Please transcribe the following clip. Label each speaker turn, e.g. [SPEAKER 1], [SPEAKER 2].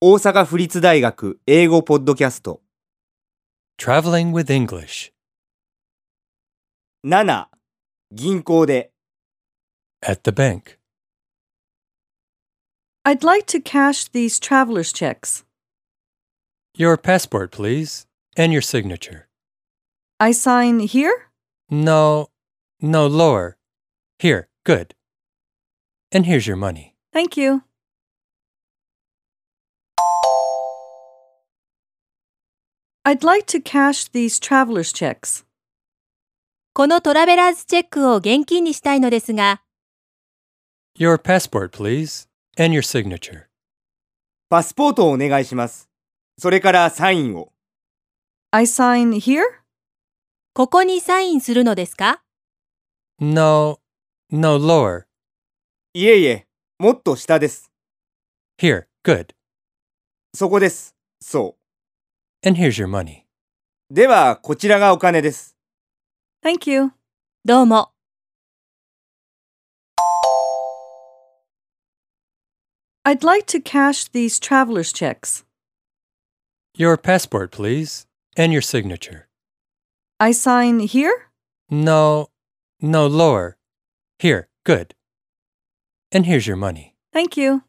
[SPEAKER 1] 大阪府立大学英語ポッドキャスト
[SPEAKER 2] Traveling with English
[SPEAKER 1] 7銀行で
[SPEAKER 2] at the bank.
[SPEAKER 3] I'd like to cash these traveler's checks.
[SPEAKER 2] Your passport, please, and your signature.
[SPEAKER 3] I sign here?
[SPEAKER 2] No, no, lower. Here, good. And here's your money.
[SPEAKER 3] Thank you. I'd like to cash these traveler's checks.
[SPEAKER 4] このトラベラーズチェックを現金にしたいのですが、
[SPEAKER 2] Your passport, please, and your signature.
[SPEAKER 1] パスポートをお願いしますそれからサインを
[SPEAKER 3] I sign here?
[SPEAKER 4] ここにサインするのですか
[SPEAKER 2] No, no, lower.
[SPEAKER 1] いえいえもっと下です
[SPEAKER 2] Here, good.
[SPEAKER 1] そこですそ
[SPEAKER 2] And here's your money.
[SPEAKER 1] うではこちらがお金です
[SPEAKER 3] Thank you.
[SPEAKER 4] どうも。
[SPEAKER 3] I'd like to cash these traveler's checks.
[SPEAKER 2] Your passport, please, and your signature.
[SPEAKER 3] I sign here?
[SPEAKER 2] No, no, lower. Here, good. And here's your money.
[SPEAKER 3] Thank you.